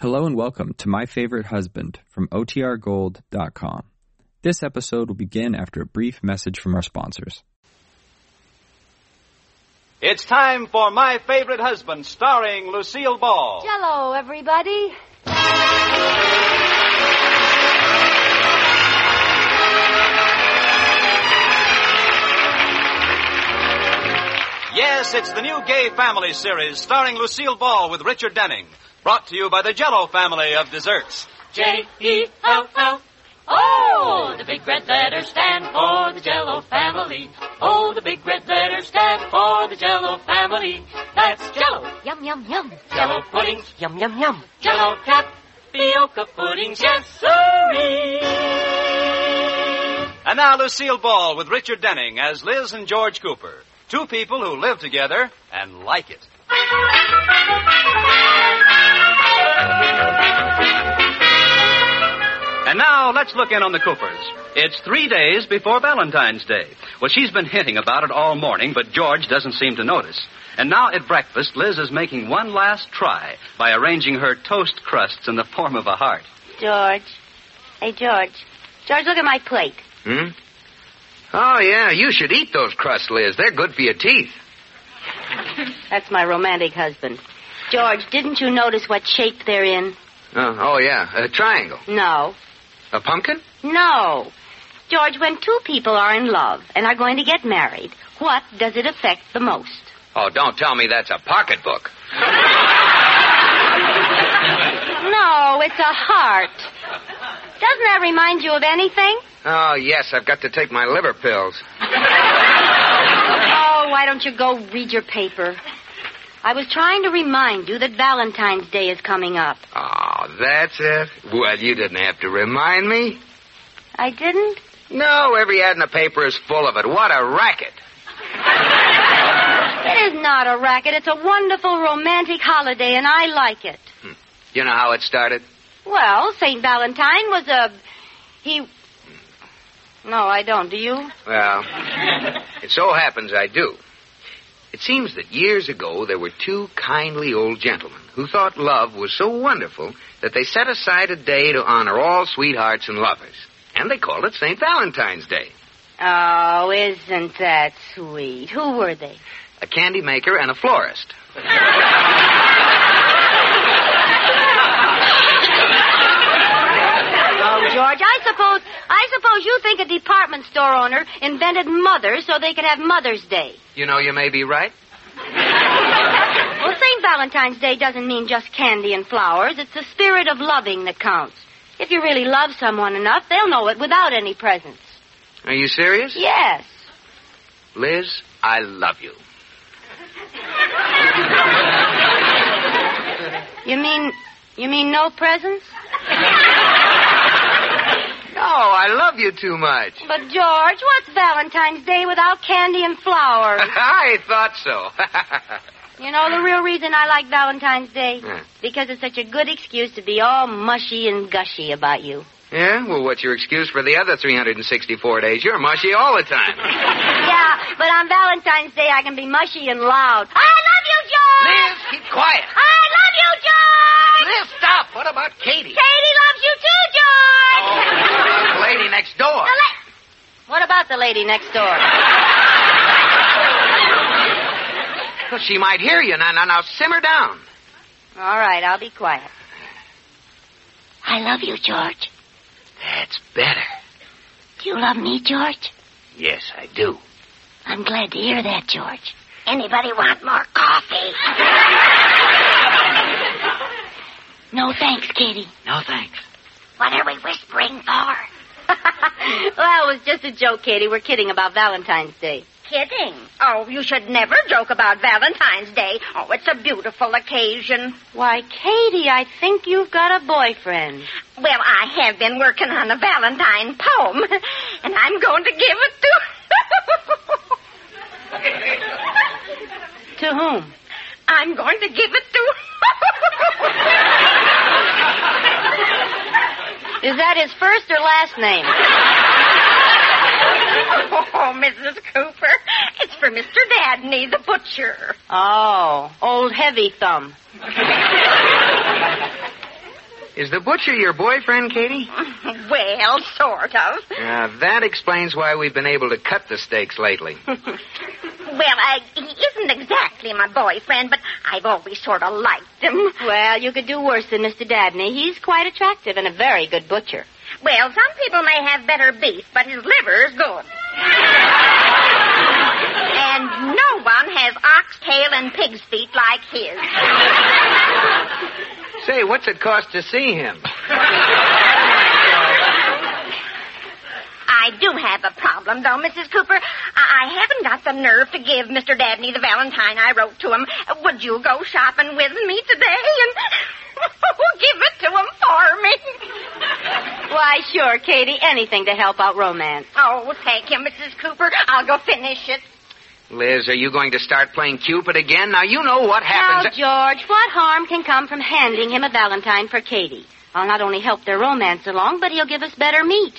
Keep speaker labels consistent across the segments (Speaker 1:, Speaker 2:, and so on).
Speaker 1: Hello and welcome to My Favorite Husband from OTRGold.com. This episode will begin after a brief message from our sponsors.
Speaker 2: It's time for My Favorite Husband, starring Lucille Ball.
Speaker 3: Hello, everybody.
Speaker 2: Yes, it's the new gay family series, starring Lucille Ball with Richard Denning. Brought to you by the Jello family of desserts.
Speaker 4: J E L L. Oh, the big red letters stand for the Jello family. Oh, the big red letters stand for the Jello family. That's Jello,
Speaker 3: Yum, yum, yum.
Speaker 4: Jello puddings,
Speaker 3: Yum, yum, yum.
Speaker 4: Jello tapioca puddings, yes sirree.
Speaker 2: And now Lucille Ball with Richard Denning as Liz and George Cooper. Two people who live together and like it. And now let's look in on the Coopers. It's three days before Valentine's Day. Well, she's been hinting about it all morning, but George doesn't seem to notice. And now at breakfast, Liz is making one last try by arranging her toast crusts in the form of a heart.
Speaker 5: George. Hey, George. George, look at my plate.
Speaker 6: Hmm? Oh, yeah, you should eat those crusts, Liz. They're good for your teeth.
Speaker 5: That's my romantic husband. George, didn't you notice what shape they're in?
Speaker 6: Uh, oh, yeah, a triangle.
Speaker 5: No.
Speaker 6: A pumpkin?
Speaker 5: No. George, when two people are in love and are going to get married, what does it affect the most?
Speaker 6: Oh, don't tell me that's a pocketbook.
Speaker 5: No, it's a heart. Doesn't that remind you of anything?
Speaker 6: Oh, yes, I've got to take my liver pills.
Speaker 5: Oh, why don't you go read your paper? I was trying to remind you that Valentine's Day is coming up.
Speaker 6: Oh, that's it. Well, you didn't have to remind me.
Speaker 5: I didn't?
Speaker 6: No, every ad in the paper is full of it. What a racket.
Speaker 5: It is not a racket. It's a wonderful romantic holiday, and I like it.
Speaker 6: You know how it started?
Speaker 5: Well, St. Valentine was a. He. No, I don't. Do you?
Speaker 6: Well, it so happens I do. It seems that years ago there were two kindly old gentlemen who thought love was so wonderful that they set aside a day to honor all sweethearts and lovers. And they called it St. Valentine's Day.
Speaker 5: Oh, isn't that sweet? Who were they?
Speaker 6: A candy maker and a florist.
Speaker 5: Oh, George, I suppose. I suppose you think a department store owner invented mothers so they could have Mother's Day.
Speaker 6: You know, you may be right.
Speaker 5: Well, St. Valentine's Day doesn't mean just candy and flowers. It's the spirit of loving that counts. If you really love someone enough, they'll know it without any presents.
Speaker 6: Are you serious?
Speaker 5: Yes.
Speaker 6: Liz, I love you.
Speaker 5: You mean you mean no presents?
Speaker 6: No, I love you too much.
Speaker 5: But George, what's Valentine's Day without candy and flowers?
Speaker 6: I thought so.
Speaker 5: you know the real reason I like Valentine's Day?
Speaker 6: Hmm.
Speaker 5: Because it's such a good excuse to be all mushy and gushy about you.
Speaker 6: yeah, well, what's your excuse for the other 364 days? You're mushy all the time.
Speaker 5: yeah, but on Valentine's Day I can be mushy and loud. I love you, George!
Speaker 6: Liz, keep quiet.
Speaker 5: I love you, George!
Speaker 6: Liz, stop. What about Katie? Oh.
Speaker 5: Katie loves you too, George!
Speaker 6: The lady next door.
Speaker 5: The la- what about the lady next door?
Speaker 6: She might hear you. Now, now, now, simmer down.
Speaker 5: All right, I'll be quiet. I love you, George.
Speaker 6: That's better.
Speaker 5: Do you love me, George?
Speaker 6: Yes, I do.
Speaker 5: I'm glad to hear that, George. Anybody want more coffee? no thanks, Katie.
Speaker 6: No, thanks.
Speaker 5: What are we whispering for? well, it was just a joke, Katie. We're kidding about Valentine's Day.
Speaker 7: Kidding. Oh, you should never joke about Valentine's Day. Oh, it's a beautiful occasion.
Speaker 5: Why, Katie, I think you've got a boyfriend.
Speaker 7: Well, I have been working on a Valentine poem, and I'm going to give it to.
Speaker 5: To whom?
Speaker 7: I'm going to give it to.
Speaker 5: Is that his first or last name?
Speaker 7: oh, Mrs. Cooper, it's for Mr. Dadney, the butcher.
Speaker 5: Oh, old heavy thumb.
Speaker 6: Is the butcher your boyfriend, Katie?
Speaker 7: Well, sort of.
Speaker 6: Uh, that explains why we've been able to cut the steaks lately.
Speaker 7: Well, I, he isn't exactly my boyfriend, but I've always sort of liked him.
Speaker 5: Well, you could do worse than Mr. Dabney. He's quite attractive and a very good butcher.
Speaker 7: Well, some people may have better beef, but his liver is good. and no one has oxtail and pig's feet like his.
Speaker 6: Say, what's it cost to see him?
Speaker 7: I do have a problem, though, Mrs. Cooper. I, I haven't got the nerve to give Mr. Dabney the valentine I wrote to him. Would you go shopping with me today and give it to him for me?
Speaker 5: Why, sure, Katie, anything to help out romance.
Speaker 7: Oh, thank you, Mrs. Cooper. I'll go finish it.
Speaker 6: Liz, are you going to start playing Cupid again? Now, you know what
Speaker 5: Now,
Speaker 6: happens.
Speaker 5: George, what harm can come from handing him a valentine for Katie? I'll not only help their romance along, but he'll give us better meat.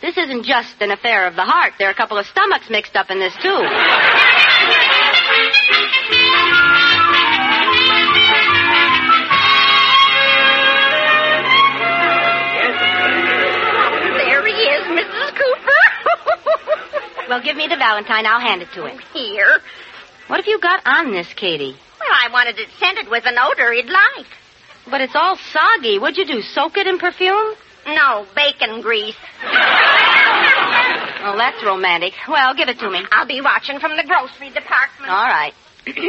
Speaker 5: This isn't just an affair of the heart. There are a couple of stomachs mixed up in this, too.
Speaker 7: There he is, Mrs. Cooper.
Speaker 5: Well, give me the valentine. I'll hand it to him.
Speaker 7: Here.
Speaker 5: What have you got on this, Katie?
Speaker 7: Well, I wanted it scented with an odor he'd like.
Speaker 5: But it's all soggy. What'd you do, soak it in perfume?
Speaker 7: No, bacon grease.
Speaker 5: Well, that's romantic. Well, give it to me.
Speaker 7: I'll be watching from the grocery department.
Speaker 5: All right. Good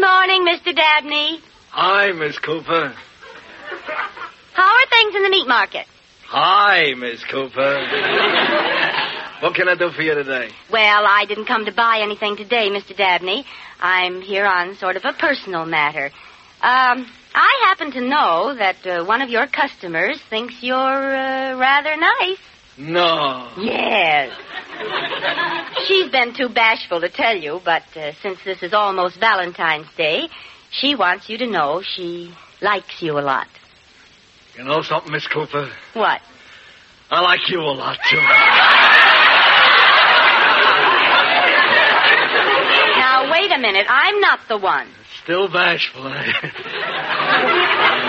Speaker 5: morning, Mr. Dabney.
Speaker 8: Hi, Miss Cooper.
Speaker 5: How are things in the meat market?
Speaker 8: Hi, Miss Cooper. what can I do for you today?
Speaker 5: Well, I didn't come to buy anything today, Mr. Dabney. I'm here on sort of a personal matter. Um, I happen to know that uh, one of your customers thinks you're uh, rather nice.
Speaker 8: No.
Speaker 5: Yes. She's been too bashful to tell you, but uh, since this is almost Valentine's Day, she wants you to know she likes you a lot.
Speaker 8: You know something, Miss Cooper?
Speaker 5: What?
Speaker 8: I like you a lot, too.
Speaker 5: Now, wait a minute. I'm not the one.
Speaker 8: Still bashful, eh?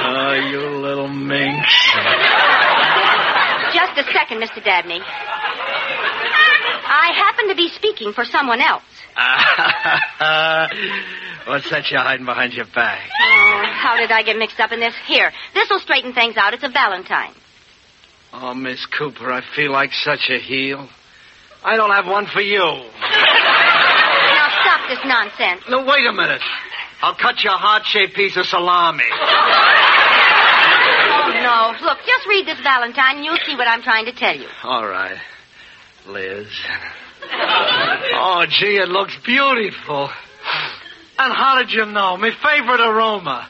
Speaker 8: oh, you little minx.
Speaker 5: Just a second, Mr. Dabney. I happen to be speaking for someone else.
Speaker 8: What's that you're hiding behind your back?
Speaker 5: Oh, how did I get mixed up in this? Here, this will straighten things out. It's a Valentine.
Speaker 8: Oh, Miss Cooper, I feel like such a heel. I don't have one for you.
Speaker 5: Now, stop this nonsense.
Speaker 8: No, wait a minute. I'll cut your heart-shaped piece of salami.
Speaker 5: Oh, no. Look, just read this Valentine and you'll see what I'm trying to tell you.
Speaker 8: All right, Liz. Oh, gee, it looks beautiful. And how did you know? My favorite aroma,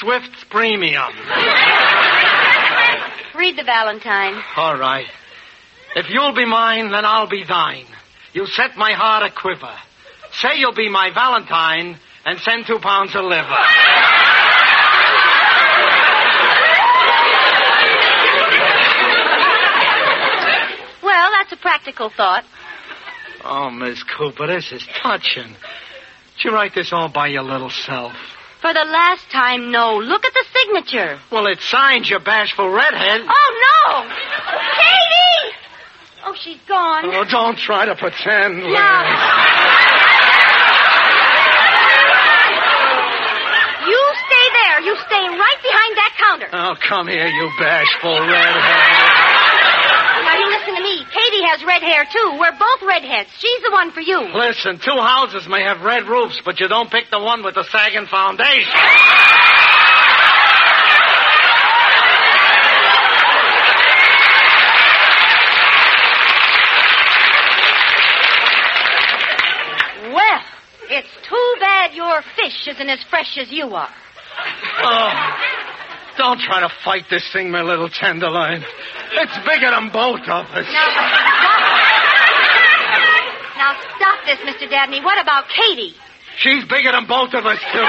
Speaker 8: Swift's Premium.
Speaker 5: Read the Valentine.
Speaker 8: All right. If you'll be mine, then I'll be thine. You set my heart a quiver. Say you'll be my Valentine and send two pounds of liver.
Speaker 5: Well, that's a practical thought.
Speaker 8: Oh, Miss Cooper, this is touching. Did you write this all by your little self?
Speaker 5: For the last time, no. Look at the signature.
Speaker 8: Well, it's signed, you bashful redhead.
Speaker 5: Oh, no! Katie! Oh, she's gone.
Speaker 8: Oh, don't try to pretend, Liz.
Speaker 5: Now- You stay there. You stay right behind that counter.
Speaker 8: Oh, come here, you bashful redhead.
Speaker 5: Now, you listen to me. Katie has red hair, too. We're both redheads. She's the one for you.
Speaker 8: Listen, two houses may have red roofs, but you don't pick the one with the sagging foundation.
Speaker 5: Well, it's too bad your fish isn't as fresh as you are.
Speaker 8: Oh, don't try to fight this thing, my little tenderloin. It's bigger than both of us.
Speaker 5: Now, stop this, Mr. Dabney. What about Katie?
Speaker 8: She's bigger than both of us, too.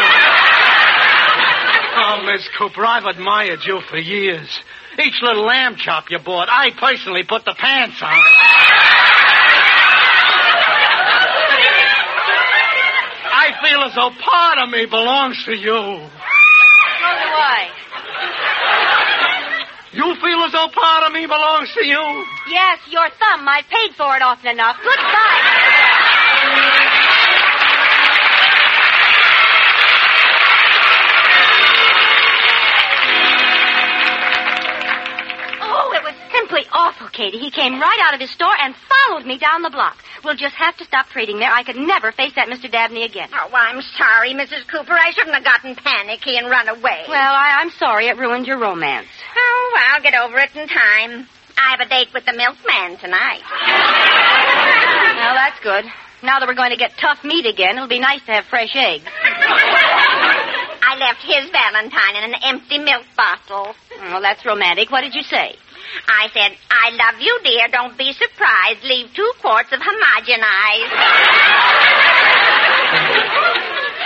Speaker 8: Oh, Miss Cooper, I've admired you for years. Each little lamb chop you bought, I personally put the pants on. I feel as though part of me belongs to you.
Speaker 5: Oh, So do I.
Speaker 8: as though part of me belongs to you.
Speaker 5: Yes, your thumb. I've paid for it often enough. Goodbye. Oh, it was simply awful, Katie. He came right out of his store and followed me down the block. We'll just have to stop trading there. I could never face that Mr. Dabney again.
Speaker 7: Oh, I'm sorry, Mrs. Cooper. I shouldn't have gotten panicky and run away.
Speaker 5: Well, I, I'm sorry it ruined your romance.
Speaker 7: oh, I'll get over it in time. I have a date with the milkman tonight.
Speaker 5: Well, that's good. Now that we're going to get tough meat again, it'll be nice to have fresh eggs.
Speaker 7: I left his Valentine in an empty milk bottle.
Speaker 5: Well, that's romantic. What did you say?
Speaker 7: I said, I love you, dear. Don't be surprised. Leave two quarts of homogenized.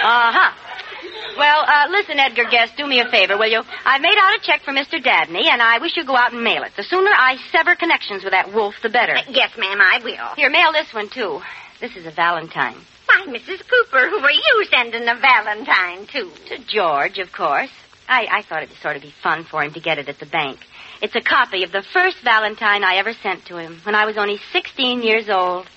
Speaker 5: Uh huh. Well, uh, listen, Edgar Guest, do me a favor, will you? I made out a check for Mr. Dabney, and I wish you'd go out and mail it. The sooner I sever connections with that wolf, the better.
Speaker 7: yes, ma'am, I will.
Speaker 5: Here, mail this one, too. This is a Valentine.
Speaker 7: Why, Mrs. Cooper, who are you sending a Valentine to?
Speaker 5: To George, of course. I, I thought it'd sort of be fun for him to get it at the bank. It's a copy of the first Valentine I ever sent to him when I was only 16 years old.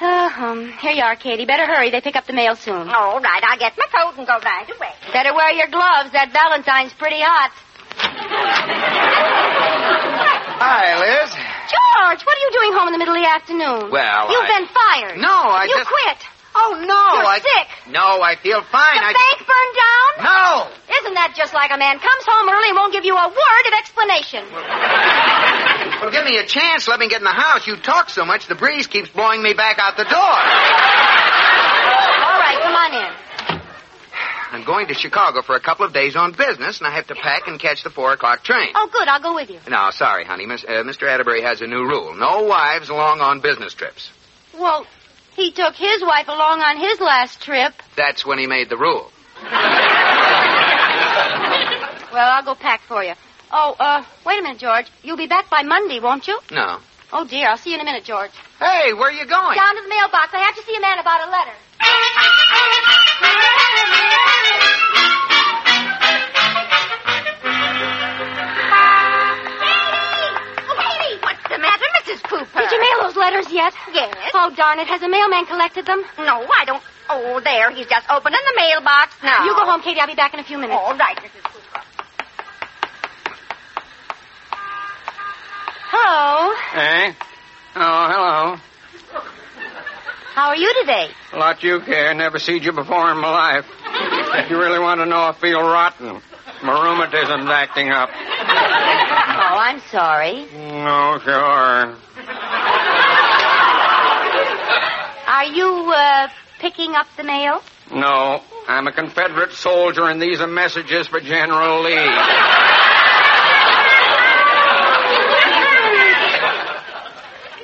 Speaker 5: Uh, um, here you are, Katie. Better hurry. They pick up the mail soon.
Speaker 7: All right, I'll get my coat and go right away.
Speaker 5: Better wear your gloves. That Valentine's pretty hot.
Speaker 6: Hi, Liz.
Speaker 5: George, what are you doing home in the middle of the afternoon?
Speaker 6: Well,
Speaker 5: You've
Speaker 6: I-
Speaker 5: been fired.
Speaker 6: No, I
Speaker 5: you
Speaker 6: just.
Speaker 5: quit.
Speaker 6: Oh, no.
Speaker 5: You're
Speaker 6: I...
Speaker 5: sick.
Speaker 6: No, I feel fine.
Speaker 5: The
Speaker 6: I.
Speaker 5: bank burned down?
Speaker 6: No!
Speaker 5: Isn't that just like a man comes home early and won't give you a word of explanation?
Speaker 6: Well, give me a chance. Let me get in the house. You talk so much, the breeze keeps blowing me back out the door.
Speaker 5: All right, come on in.
Speaker 6: I'm going to Chicago for a couple of days on business, and I have to pack and catch the four o'clock train.
Speaker 5: Oh, good. I'll go with you.
Speaker 6: No, sorry, honey. Miss, uh, Mr. Atterbury has a new rule: no wives along on business trips.
Speaker 5: Well, he took his wife along on his last trip.
Speaker 6: That's when he made the rule.
Speaker 5: Well, I'll go pack for you. Oh, uh, wait a minute, George. You'll be back by Monday, won't you?
Speaker 6: No.
Speaker 5: Oh, dear. I'll see you in a minute, George.
Speaker 6: Hey, where are you going?
Speaker 5: Down to the mailbox. I have to see a man about a letter.
Speaker 7: Katie! What's the matter, Mrs. Cooper?
Speaker 5: Did you mail those letters yet?
Speaker 7: Yes.
Speaker 5: Oh, darn it. Has the mailman collected them?
Speaker 7: No, I don't. Oh, there. He's just opening the mailbox now.
Speaker 5: You go home, Katie. I'll be back in a few minutes.
Speaker 7: All right, Mrs. Cooper.
Speaker 5: Hello.
Speaker 2: Hey? Eh? Oh,
Speaker 5: How are you today?
Speaker 2: hello. Lot you care. Never seen you before in my life. If you really want to know, I feel rotten. My rheumatism's acting up.
Speaker 5: Oh, I'm sorry.
Speaker 2: No, sure.
Speaker 5: Are you, uh, picking up the mail?
Speaker 2: No, I'm a Confederate soldier, and these are messages for General Lee.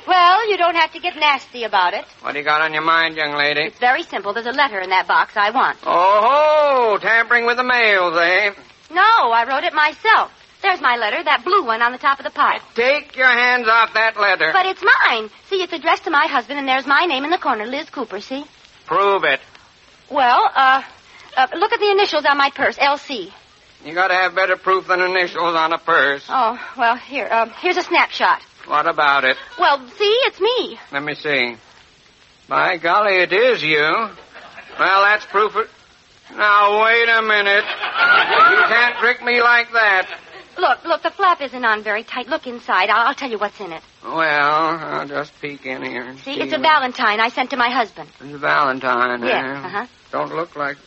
Speaker 5: Well, you don't have to get nasty about it.
Speaker 2: What do you got on your mind, young lady?
Speaker 5: It's very simple. There's a letter in that box I want.
Speaker 2: Oh, ho, tampering with the mails, eh?
Speaker 5: No, I wrote it myself. There's my letter, that blue one on the top of the pile.
Speaker 2: Take your hands off that letter.
Speaker 5: But it's mine. See, it's addressed to my husband, and there's my name in the corner, Liz Cooper, see?
Speaker 2: Prove it.
Speaker 5: Well, uh, uh look at the initials on my purse, LC.
Speaker 2: You gotta have better proof than initials on a purse.
Speaker 5: Oh, well, here, um, here's a snapshot.
Speaker 2: What about it?
Speaker 5: Well, see, it's me.
Speaker 2: Let me see. By golly, it is you. Well, that's proof of... Now, wait a minute. You can't trick me like that.
Speaker 5: Look, look, the flap isn't on very tight. Look inside. I'll, I'll tell you what's in it.
Speaker 2: Well, I'll just peek in here. and
Speaker 5: See, it's a
Speaker 2: what-
Speaker 5: valentine I sent to my husband.
Speaker 2: It's a Valentine.
Speaker 5: Yeah,
Speaker 2: eh?
Speaker 5: uh-huh.
Speaker 2: Don't look like.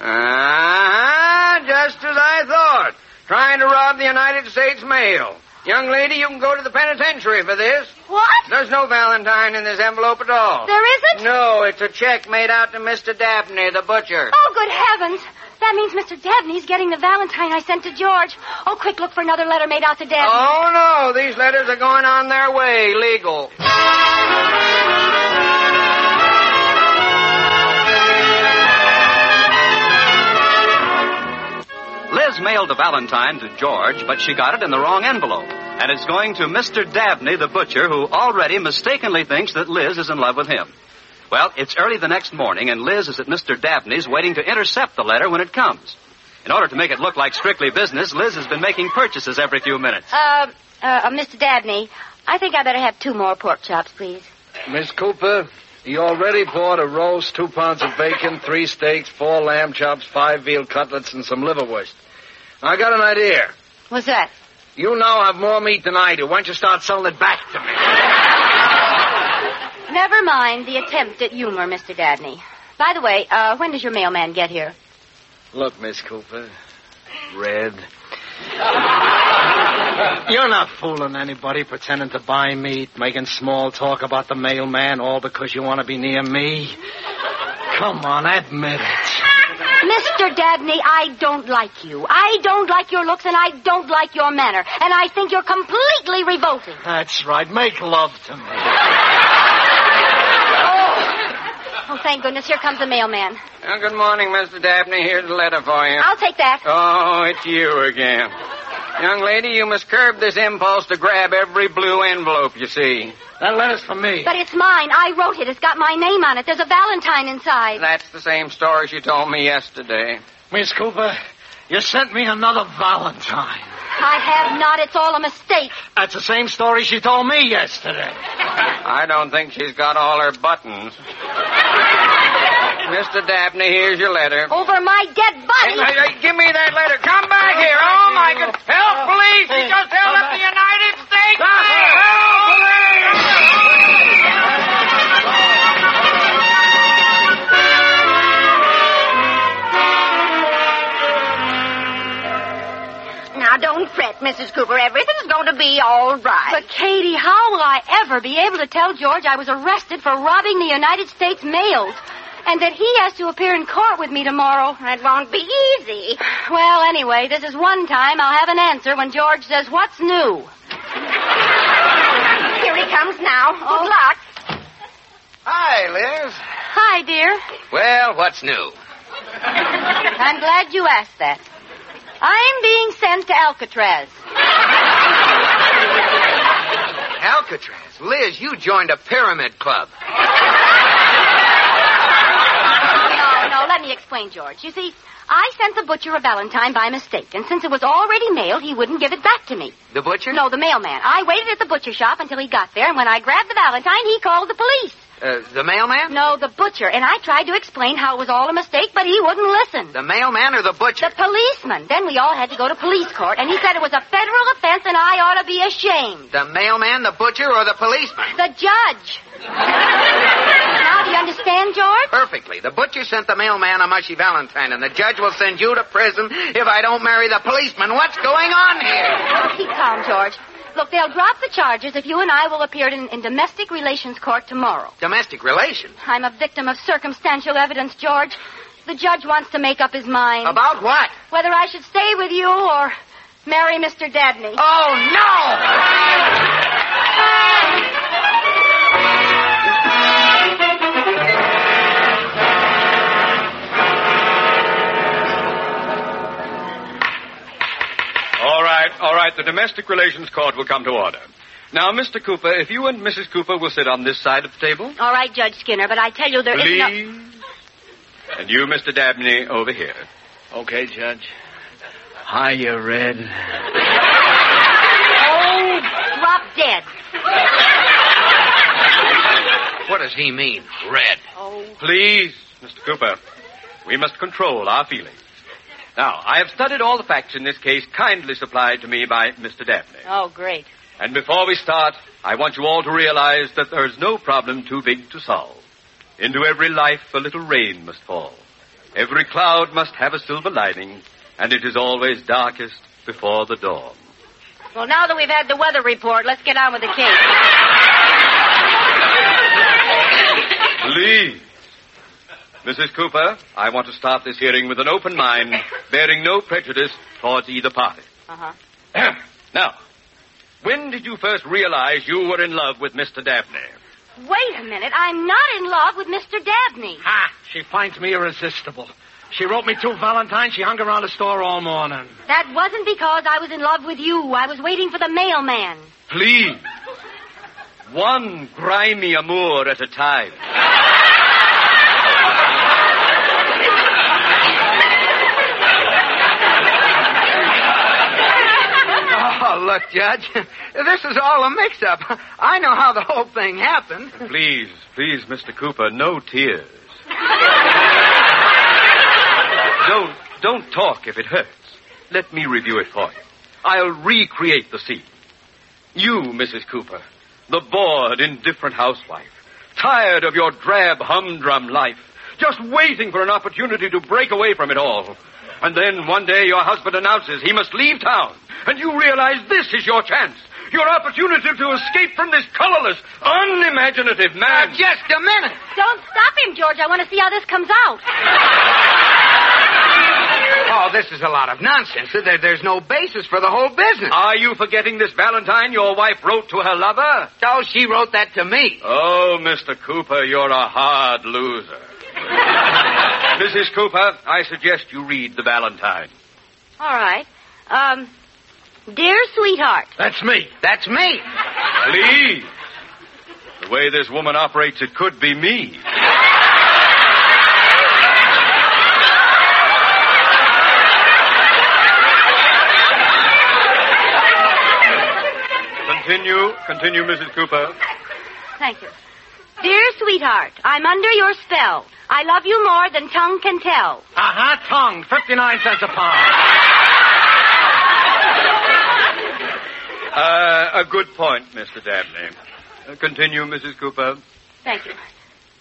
Speaker 2: Ah, just as I thought. Trying to rob the United States mail. Young lady, you can go to the penitentiary for this.
Speaker 5: What?
Speaker 2: There's no Valentine in this envelope at all.
Speaker 5: There isn't?
Speaker 2: No, it's a check made out to Mr. Dabney, the butcher.
Speaker 5: Oh, good heavens. That means Mr. Dabney's getting the valentine I sent to George. Oh, quick, look for another letter made out to Dabney.
Speaker 2: Oh, no, these letters are going on their way, legal.
Speaker 9: Liz mailed a Valentine to George, but she got it in the wrong envelope. And it's going to Mr. Dabney, the butcher, who already mistakenly thinks that Liz is in love with him. Well, it's early the next morning, and Liz is at Mr. Dabney's waiting to intercept the letter when it comes. In order to make it look like strictly business, Liz has been making purchases every few minutes.
Speaker 5: Uh, uh, uh, Mr. Dabney, I think I better have two more pork chops, please.
Speaker 10: Miss Cooper, you already bought a roast, two pounds of bacon, three steaks, four lamb chops, five veal cutlets, and some liverwurst. I got an idea.
Speaker 5: What's that?
Speaker 10: You now have more meat than I do. Why don't you start selling it back to me?
Speaker 5: Never mind the attempt at humor, Mr. Dabney. By the way, uh, when does your mailman get here?
Speaker 10: Look, Miss Cooper. Red. You're
Speaker 8: not fooling anybody pretending to buy meat, making small talk about the mailman, all because you want to be near me. Come on, admit it.
Speaker 5: Mr. Dabney, I don't like you. I don't like your looks, and I don't like your manner. And I think you're completely revolting.
Speaker 8: That's right. Make love to me.
Speaker 5: Oh, thank goodness. Here comes the mailman.
Speaker 11: Oh, good morning, Mr. Dabney. Here's a letter for you.
Speaker 5: I'll take that.
Speaker 11: Oh, it's you again. Young lady, you must curb this impulse to grab every blue envelope you see.
Speaker 8: That letter's for me.
Speaker 5: But it's mine. I wrote it. It's got my name on it. There's a valentine inside.
Speaker 11: That's the same story she told me yesterday.
Speaker 8: Miss Cooper, you sent me another Valentine.
Speaker 5: I have not. It's all a mistake.
Speaker 8: That's the same story she told me yesterday.
Speaker 11: I don't think she's got all her buttons. Mr. Dabney, here's your letter.
Speaker 5: Over my dead body.
Speaker 11: Hey, hey, hey, give me that letter. Come back here. Oh, my God. Help, police. He just held up the United States. flag. Help,
Speaker 7: Now, don't fret, Mrs. Cooper. Everything's going to be all right.
Speaker 5: But, Katie, how will I ever be able to tell George I was arrested for robbing the United States mails? And that he has to appear in court with me tomorrow.
Speaker 7: It won't be easy.
Speaker 5: Well, anyway, this is one time I'll have an answer when George says, What's new?
Speaker 7: Here he comes now.
Speaker 5: Oh.
Speaker 7: Good luck.
Speaker 6: Hi, Liz.
Speaker 5: Hi, dear.
Speaker 6: Well, what's new?
Speaker 5: I'm glad you asked that. I'm being sent to Alcatraz.
Speaker 6: Alcatraz. Liz, you joined a pyramid club.
Speaker 5: No, no, let me explain, George. You see, I sent the butcher a valentine by mistake, and since it was already mailed, he wouldn't give it back to me.
Speaker 6: The butcher?
Speaker 5: No, the mailman. I waited at the butcher shop until he got there, and when I grabbed the valentine, he called the police.
Speaker 6: Uh, the mailman?
Speaker 5: No, the butcher. And I tried to explain how it was all a mistake, but he wouldn't listen.
Speaker 6: The mailman or the butcher?
Speaker 5: The policeman. Then we all had to go to police court, and he said it was a federal offense, and I ought to be ashamed.
Speaker 6: The mailman, the butcher, or the policeman?
Speaker 5: The judge. now, do you understand, George?
Speaker 6: Perfectly. The butcher sent the mailman a mushy valentine, and the judge will send you to prison if I don't marry the policeman. What's going on here?
Speaker 5: Oh, keep calm, George. Look, they'll drop the charges if you and I will appear in, in domestic relations court tomorrow.
Speaker 6: Domestic relations.
Speaker 5: I'm a victim of circumstantial evidence, George. The judge wants to make up his mind
Speaker 6: About what?
Speaker 5: whether I should stay with you or marry Mr. Dabney.
Speaker 6: Oh, no!
Speaker 9: All right, all right. The domestic relations court will come to order. Now, Mr. Cooper, if you and Mrs. Cooper will sit on this side of the table,
Speaker 5: All right, Judge Skinner, but I tell you there is
Speaker 9: please.
Speaker 5: no.
Speaker 9: And you, Mr. Dabney, over here.
Speaker 8: Okay, Judge. Hiya, Red.
Speaker 5: Oh, drop dead.
Speaker 6: What does he mean? Red.
Speaker 9: Please, Mr. Cooper, we must control our feelings. Now, I have studied all the facts in this case kindly supplied to me by Mr. Dabney.
Speaker 5: Oh, great.
Speaker 9: And before we start, I want you all to realize that there is no problem too big to solve. Into every life a little rain must fall. Every cloud must have a silver lining, and it is always darkest before the dawn.
Speaker 5: Well, now that we've had the weather report, let's get on with the case.
Speaker 9: Please. Mrs. Cooper, I want to start this hearing with an open mind, bearing no prejudice towards either party.
Speaker 5: Uh-huh.
Speaker 9: now, when did you first realize you were in love with Mr. Dabney?
Speaker 5: Wait a minute. I'm not in love with Mr. Dabney.
Speaker 8: Ha! She finds me irresistible. She wrote me two Valentines. She hung around the store all morning.
Speaker 5: That wasn't because I was in love with you. I was waiting for the mailman.
Speaker 9: Please. One grimy amour at a time.
Speaker 6: Oh, look, Judge. This is all a mix up. I know how the whole thing happened.
Speaker 9: Please, please, Mr. Cooper, no tears. don't, don't talk if it hurts. Let me review it for you. I'll recreate the scene. You, Mrs. Cooper, the bored, indifferent housewife, tired of your drab, humdrum life, just waiting for an opportunity to break away from it all. And then one day your husband announces he must leave town, and you realize this is your chance, your opportunity to escape from this colorless, unimaginative man.
Speaker 6: just a minute.
Speaker 5: Don't stop him, George. I want to see how this comes out.
Speaker 6: Oh, this is a lot of nonsense. There, there's no basis for the whole business.
Speaker 9: Are you forgetting this Valentine your wife wrote to her lover?
Speaker 6: Oh, she wrote that to me.
Speaker 9: Oh, Mr. Cooper, you're a hard loser. Mrs. Cooper, I suggest you read the Valentine.
Speaker 5: All right. Um, dear sweetheart.
Speaker 9: That's me.
Speaker 6: That's me.
Speaker 9: Please. The way this woman operates, it could be me. Continue, continue, Mrs. Cooper.
Speaker 5: Thank you. Dear sweetheart, I'm under your spell. I love you more than tongue can tell.
Speaker 8: Uh-huh, tongue, 59 cents a pound.
Speaker 9: Uh, a good point, Mr. Dabney. Uh, continue, Mrs. Cooper.
Speaker 5: Thank you.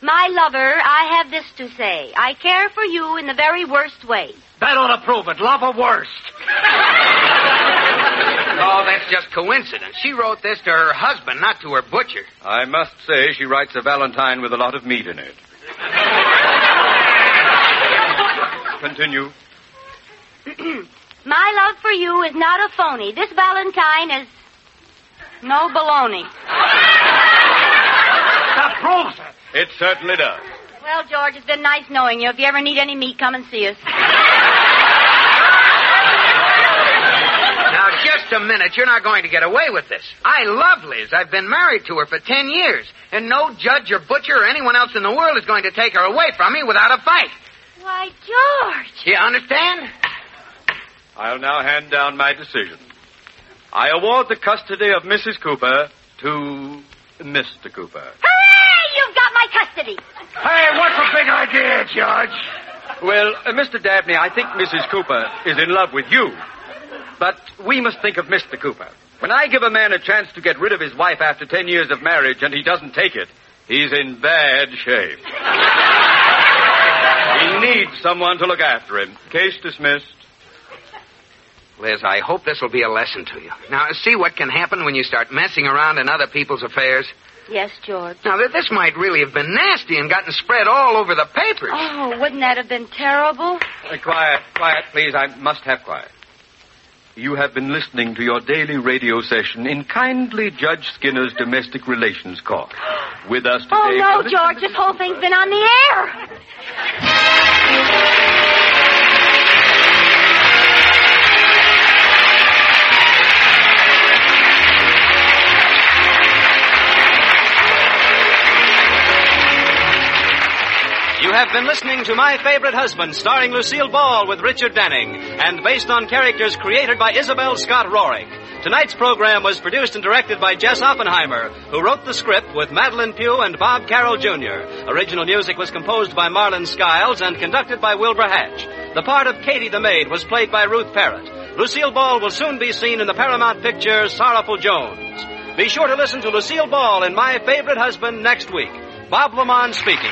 Speaker 5: My lover, I have this to say. I care for you in the very worst way.
Speaker 8: That ought to prove it. Love or worse.
Speaker 6: Oh, that's just coincidence. She wrote this to her husband, not to her butcher.
Speaker 9: I must say she writes a valentine with a lot of meat in it. Continue.
Speaker 5: My love for you is not a phony. This Valentine is no baloney.
Speaker 8: That proves it.
Speaker 9: It certainly does.
Speaker 5: Well, George, it's been nice knowing you. If you ever need any meat, come and see us.
Speaker 6: Now, just a minute. You're not going to get away with this. I love Liz. I've been married to her for ten years, and no judge or butcher or anyone else in the world is going to take her away from me without a fight.
Speaker 5: Why, George.
Speaker 6: You understand?
Speaker 9: I'll now hand down my decision. I award the custody of Mrs. Cooper to Mr. Cooper.
Speaker 5: Hooray! You've got my custody.
Speaker 8: Hey, what's a big idea, Judge?
Speaker 9: Well, uh, Mr. Dabney, I think Mrs. Cooper is in love with you. But we must think of Mr. Cooper. When I give a man a chance to get rid of his wife after ten years of marriage and he doesn't take it, he's in bad shape. he needs someone to look after him. Case dismissed.
Speaker 6: Liz, I hope this will be a lesson to you. Now, see what can happen when you start messing around in other people's affairs?
Speaker 5: Yes, George.
Speaker 6: Now, th- this might really have been nasty and gotten spread all over the papers.
Speaker 5: Oh, wouldn't that have been terrible?
Speaker 9: Uh, quiet, quiet, please. I must have quiet. You have been listening to your daily radio session in kindly Judge Skinner's domestic relations court. With us today.
Speaker 5: Oh, no,
Speaker 9: for this-
Speaker 5: George. This whole thing's been on the air.
Speaker 12: You have been listening to My Favorite Husband, starring Lucille Ball with Richard Denning, and based on characters created by Isabel Scott Rorick. Tonight's program was produced and directed by Jess Oppenheimer, who wrote the script with Madeline Pugh and Bob Carroll Jr. Original music was composed by Marlon Skiles and conducted by Wilbur Hatch. The part of Katie the Maid was played by Ruth Parrott. Lucille Ball will soon be seen in the Paramount picture Sorrowful Jones. Be sure to listen to Lucille Ball in My Favorite Husband next week. Bob Lamont speaking.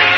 Speaker 12: System.